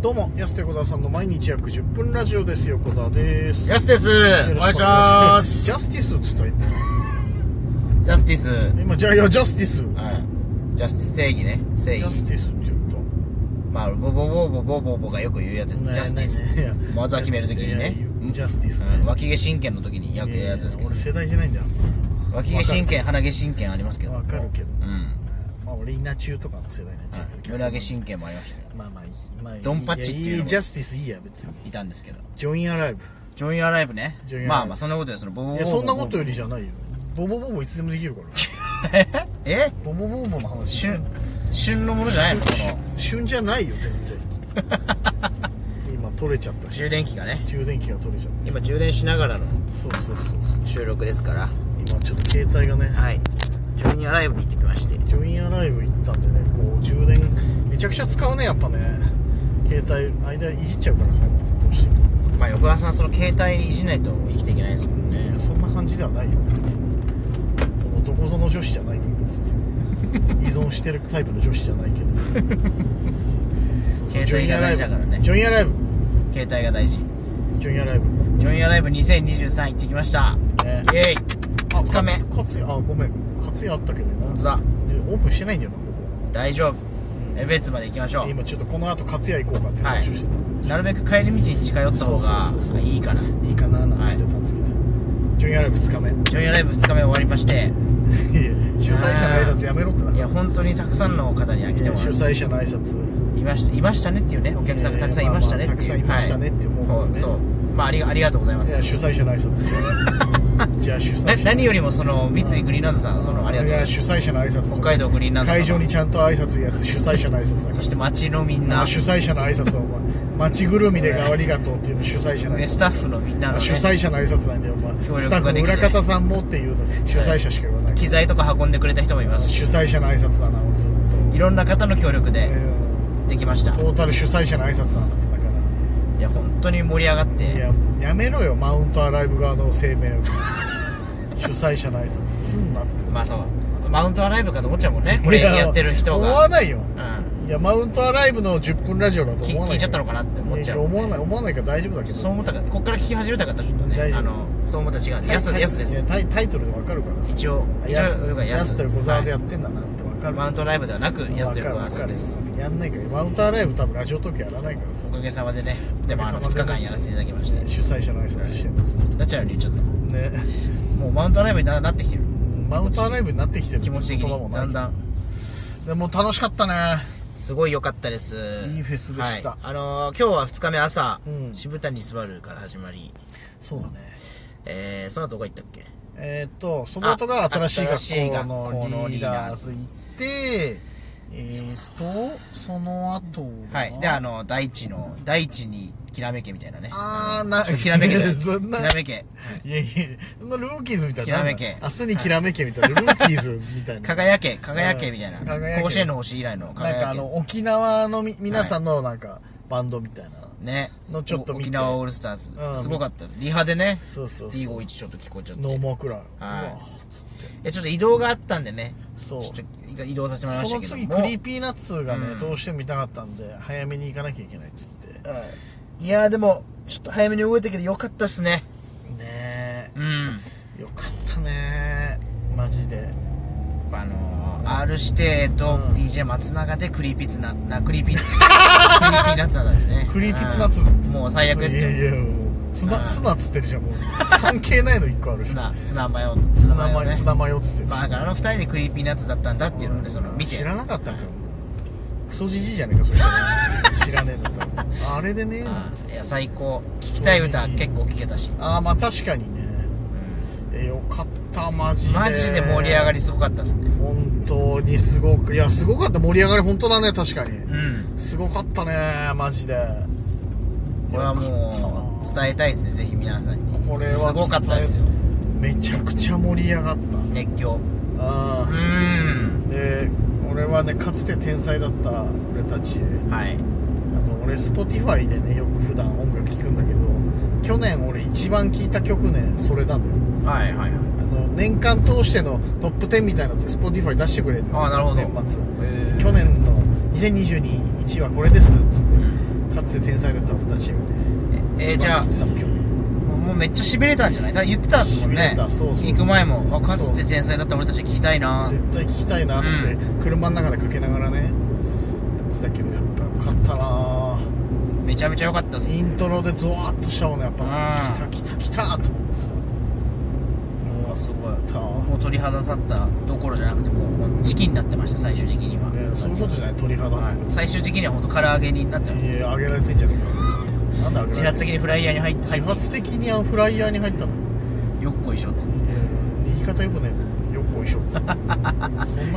どうも、安手小沢さんの毎日約10分ラジオです。横澤です。ヤスですお願いしますジャスティスっつった今。ジャスティス、は今、じゃあ、いや、ジャスティス。い、ジャスティス正義ね正ジャス義ティスって言った。まあボボボボボボボがよく言うやつですジャスティスいやいやまずは決めるときにねジャスティスねうん脇毛神経の時によくい言うややいつでやすけど俺世代じゃないんだよ。脇毛神経鼻毛神経ありますけどわかるけどうんまあ、俺、稲中とかの世代になっちゃうけど。胸毛神経もありましたねまあまあいい、まあいい。ドンパッチっていうのもやいい、ジャスティスいいや、別に。いたんですけどジョインアライブ。ジョインアライブねジョインアライブまあまあそんなことでそのボボボボいボや、そんなことよりじゃゃないよ。ボボボボいつでもできるから。 えボボボボの話。旬旬のものじゃないのこの旬じゃないよ全 然今取れちゃったし充電器がね充電器が取れちゃっ今充電しながらのたそうそうそうそう収録ですから今ちょっと携帯がねはいジョインアライブに行ってきましてジョインアライブ行ったんでねこう充電めちゃくちゃ使うねやっぱね携帯間いじっちゃうからさやっぱさどうしてもまあ横川さんその携帯いじんないと生きていけないですもんいねやそんな感じではないよ別にそのどこぞの女子じゃないから別にその依存してるタイプの女子じゃないけどそうそう 携帯が大事だからねジョインアライブ携帯が大事ジョインアライブジョインアライブ2023行ってきましたジョインアライブねイエイあ2日目勝勝家あごめん勝家あったけど本な当だでオープンしてないんだよなこ大丈夫江別まで行きましょこう今ちょっとこの後勝也行こうかって話をしてた、なるべく帰り道に近寄った方そうそうそうそがういいかなジい、いかななんて言ってたんですけど、ジョインアライブ2日目いョインアライブ2日目終わりましてや主催者の挨拶やめろってだかいらや本当にたくさんの方には来てもら主っ催者の挨拶ていましたいましたねっていうねお客さんがたくさんいましたねっていいう、やいやまあまあたくさんいましたねっていう方は法いねそうまあありがありがとうございまいやす主催者の挨拶 じゃあ主催な者何よりもその三井グリーンランドさんそのありがとうございますや主催者の挨拶北海道グリーンランドさん会場にちゃんと挨拶やつ主催者の挨拶だからそして街のみんあな、主催者の挨拶をお前街ぐるみでありがとうっていうの主催者の挨ね、拶スタッフのみんなの、ね、主催者の挨拶なんだよ、お前協スタッ力がフできてな裏い方さんもっていうの主催者しか言わない、機材とか運んでくれた人もいますし主催者の挨拶だな俺ずっと、いろんな方の協力えでできましたートータル主催者の挨拶だなってだかいや本当に盛り上がっらいてややめろよマウントアライブ側の声明を主催者の挨拶すんなってまあそうマウントアライブかと思っちゃうもんねこれやってる人いや思わが、ないようん、いやマウントアライブの10分ラジオだと聞思わな聞いいちゃったのかなって思っちゃいやう思わない思わないから大丈夫だけどそう思ったからこっから聞き始めた方ちょっとね大丈夫あのそう思ったら違うんでやすタイやすでいすやタイタイトルでわかるからさ一応一応やす僕はやすと横沢でやはってんだなってわかいるマウントアライブではなくやすと横川さんでわすかるわかるやんないからマウントアライブ多分ラジオ時やらないからさおかげさまでねでもあの2日間やらせていただきまして主催者の挨拶してますなっちゃうように言っちゃっねたもうマウントアライブにななってきてるマウントアライブになってきてる気持ち的言葉もにないだんだんでも楽しかったねすごい良かったです。いいフェスでしたはいあのー今日は2日目朝、うん渋谷スバルから始まり、そうだねえー、その後どこ行ったっけえーっとその後が新しい学校のリーダーズ行ってえーっとその後がはい。で、あの、大地の、大地にきらめけみたいなね。あーなそうきらめけだよ そんなきらめけ。いやいやそんなルーキーズみたいなきらめけ明日にきらめけみたいなルーキーズみたいな輝け、輝けみたいうんな。輝け甲子園の星以来の輝なけ。んかあの沖縄のみ皆さんのなんかバンドみたいな、ね。のちょっと見て沖縄オールスターうんズ。すごかった。リハでね、そうそうそう D51 ちょっと聞こえちゃって。ノーモアクラウンはいうわつってえ、ちょっと移動があったんでね。そうちょっと移動させてもらいまそしのたけど次も。クリーピーナッツがね、うんどうしても見たかったんで早めに行かなきゃいけないっつってねいやーでも、ちょっと早めに動いたけどよかったっすね。えうん。よかったねマジであのー、R 指定とうん DJ 松永でクリーピーツナなクリーピークリーピーナッツなんで ねクリーピーツナッツうんもう最悪ですよいやいやもうツナうんツナっつってるじゃんもう関係ないの一個あるツツナナツナマヨ ツナマヨマねツナマヨっつってるまあだからあの二人でクリーピーナッツだったんだっていうのをねその見て知らなかったんかよクソじじいじゃねえ かそしたら知らねえんだったらあれでねえなんつってうんいや最高聞きたい歌結構聞けたし、ああまあ確かにねうえよかったマジでんマジで盛り上がりすごかったっすね本当にすごくいやすごかった盛り上がり本当だね確かにうんすごかったねマジでこれはもう伝えたいですねぜひ皆さんにこれはすごかったですよめちゃくちゃ盛り上がっ熱狂たあうーあで俺はねかつて天才だった俺たちんはいあの俺 Spotify でねよく普段音楽聴くんだけど去年俺一番聴いた曲ねそれなのよはいはいはいあの年間通してのトップ10みたいなのって Spotify 出してくれるのよあーなるほど年末えー去年の2 0 2 2 1はこれですっつって、うかつて天才だった俺たちチームえでえー一じゃ番あきつさも今日もうめっちゃしびれたんじゃないだから言ってたもん痺ねれたそうそうそう行く前もあかつて天才だった俺たち聞きたいな絶対聞きたいなっつって、車の中でかけながらねやってたけどやっぱよかったなめちゃめちゃ良かったっすイントロでゾワッとしたもんねやっぱうん来た来た来たと思ってさもうすごいたもう鳥肌立ったどころじゃなくてもうもうチキンになってました最終的には、ねそういうことじゃない鳥肌ってはい最終的には本当唐揚げになっていやあげられてんじゃねえかなんであげ自られ発てん的にフライヤーに入って入自っ発的にあフライヤーに入ったのてよっこいしょっつって言い方よくねえよっこいしょってそんな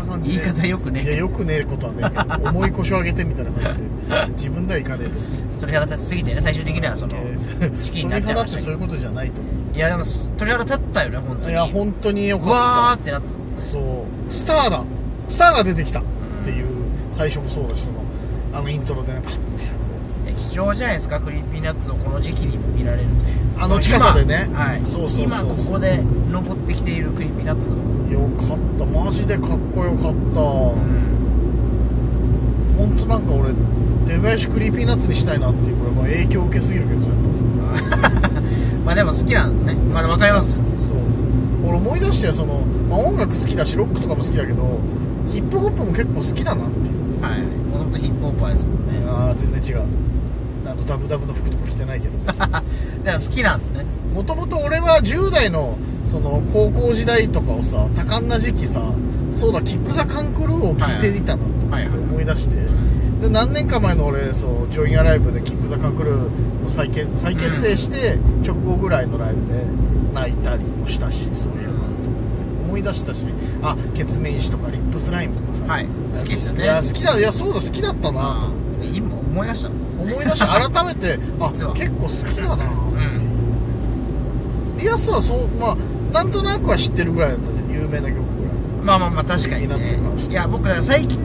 感じで言い方よくねいえやよくねえことはねえけど重い腰を上げてみたいな感じで自分ではいかねえと思う鳥肌立ちすぎてね最終的にはその えーチキンになっちゃ鳥い肌まっしてたけそういどうことじゃないと思いやでも鳥肌立ったよね本当うにいや本当にようわかーってなったったそうスターだスターが出てきたっていう最初もそうだしそのあのイントロでねパッていや貴重じゃないですかクリーピーナッツをこの時期にも見られるあの近さでね今はいそうそうそう今ここで登ってきているクリーピーナッツを、よかったマジでかっこよかった、本当なんか俺出囃子クリーピーナッツにしたいなっていうこれまあ影響受けすぎるけどさやっぱまあでも好きなんですねまあわかりますそう俺思い出してその、まあ、音楽好きだしロックとかも好きだけどヒップホップも結構好きだなっていうはいもともとヒップホッパーですもんねああ全然違うあのダブダブの服とか着てないけどだから好きなんですねもともと俺は10代のその高校時代とかをさ多感な時期さそうだキック・ザ・カンクルーを聴いていたなはいっはてい思い出して、で何年か前の俺そうジョインアライブでキック・ザ・カンクルーの再結再結成して直後ぐらいのライブで泣いたりもしたしそういうの思い出したしあケツメイシとかリップスライムとかさ、はい好きですよねいや好きだいやそうだ好きだったな、で今思い出したう思い出した改めてあ結実は構好きだなっていう、でやすはそうまあなんとなくは知ってるぐらいだったね有名な曲ぐらい まあまあまあ確かにクリーピーナッツかもしれないねいや僕だから最近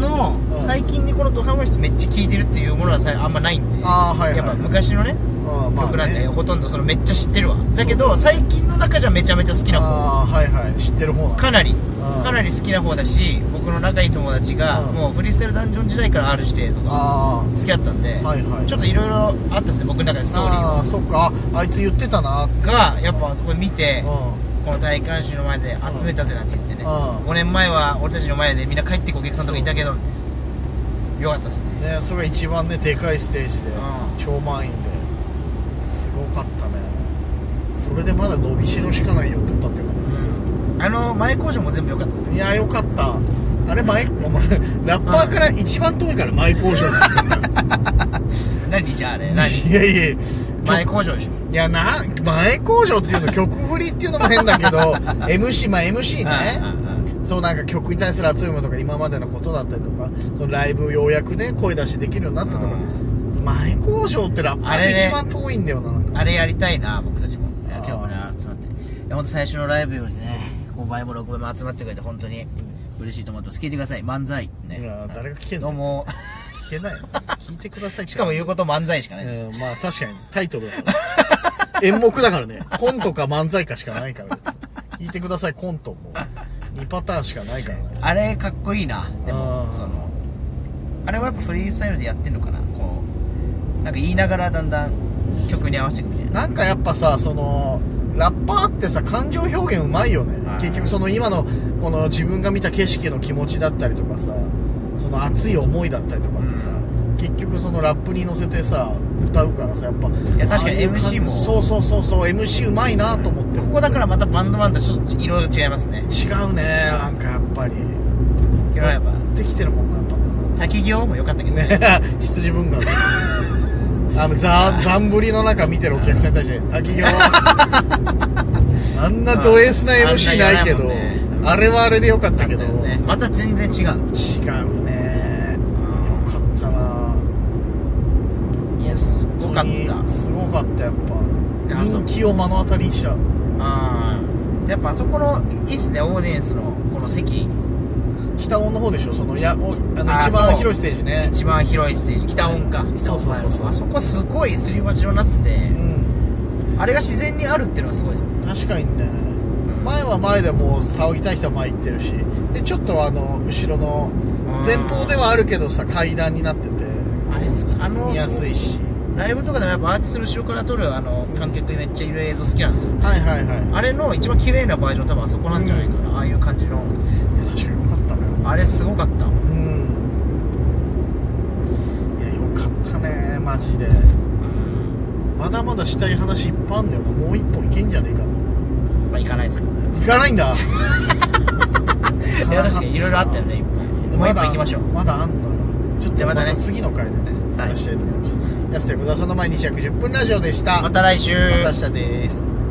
のうん最近にこのドハマる人めっちゃ聴いてるっていうものはさあんまないんであーはいはいやっぱ昔のねああまあ、ね、曲なんでほとんどそのめっちゃ知ってるわだけど最近の中じゃめちゃめちゃ好きな方ああはいはい知ってる方なんだかなりんかなり好きな方だし僕の仲いい友達がうんもうフリースタイルダンジョン時代から R してとかあ好きだったんではいはいちょっといろいろあったですね僕の中でスあトーリーああそっかああいつ言ってたなってがやっぱこれ見てうこの大観衆の前で集めたぜなんて言ってねうん5年前は俺たちの前でみんな帰ってくお客さんとかいたけどよかったですねんねそれが一番ねでかいステージでうん超満員ですごかったねそれでまだ伸びしろしかないよって歌ってたからあの前工場も全部良かったですねいやよかったあれ前お前ラッパーから一番遠いから前工場って何じゃああ れ何いやいや前工場でしょ いやな前工場っていうの曲振りっていうのも変だけ ど MC まあ MC ねうんうんうんそうなんか曲に対する熱いものとか今までのことだったりとかそのライブようやくね声出しできるようになったとか、う前工場ってラッパーあれでね一番遠いんだよななんかあれやりたいな僕たちもあー今日もね集まっていや本当最初のライブよりね5倍も6倍も集まってくれて本当に嬉しいと思ってます聞いてください漫才ねいや誰が聞けんのど うも聞けないよ聞いてくださいしかも言うこと漫才しかない、うんまあ確かにタイトルだから演目だからねコントか漫才かしかないから別に聞いてくださいコントも2パターンしかないからねあれかっこいいなであもーそのあれはやっぱフリースタイルでやってんのかなこうなんか言いながらだんだん曲に合わせていくみたいななんかやっぱさそのラッパーってさ感情表現うまいよねはい結局その今のこの自分が見た景色の気持ちだったりとかさその熱い思いだったりとかってさ、結局そのラップに乗せてさ歌うからさやっぱいや確かに MC もそうそうそうそう MC うまいなと思ってここだからまたバンドマンとちょっと色が違いますね違うねなんかやっぱり色はやっぱできてるもんなやっぱな滝行も良かったけどねね 羊文学あのざざんぶりの中見てるお客さんに対して滝行あんなド S なあんな MC ないけどあ,、やらないもんねれはあれでよかったけどだよねまた全然違う違うねよかったないやすごかっ本当たにすごかったやっいやぱ人気を目の当たりにしちゃうああやっぱあそこのいいっすねオーディエンスのこの席北尾の方でしょそのいやおあのあー一番そう広いステージね一番広いステージ北音かそうそうそうそうあそこすごいすり鉢状になっててうんあれが自然にあるっていうのがすごいですね確かにね前は前でもう騒ぎたい人は前行ってるしでちょっとあの後ろのうん前方ではあるけどさ階段になっててあれすあの見やすいしライブとかでもやっぱアーティストの後ろから撮るあの観客めっちゃいる映像好きなんですよはいはいはいいやあれの一番綺麗なバージョン多分あそこなんじゃないかな、ああいう感じの確かによかったねあれすごかったうんいやよかったねマジでまだまだしたい話いっぱいあんだよなもう一本いけんじゃねえかなまあ行かないで すけどね行かないんだ いや確かにいろいろあったよねいっぱいもう一だ杯行きましょうまだあんのよちょっじとゃあままたねた次の回でねはい話したいと思います安田小沢さんの前に210分ラジオでしたまた来週また明日です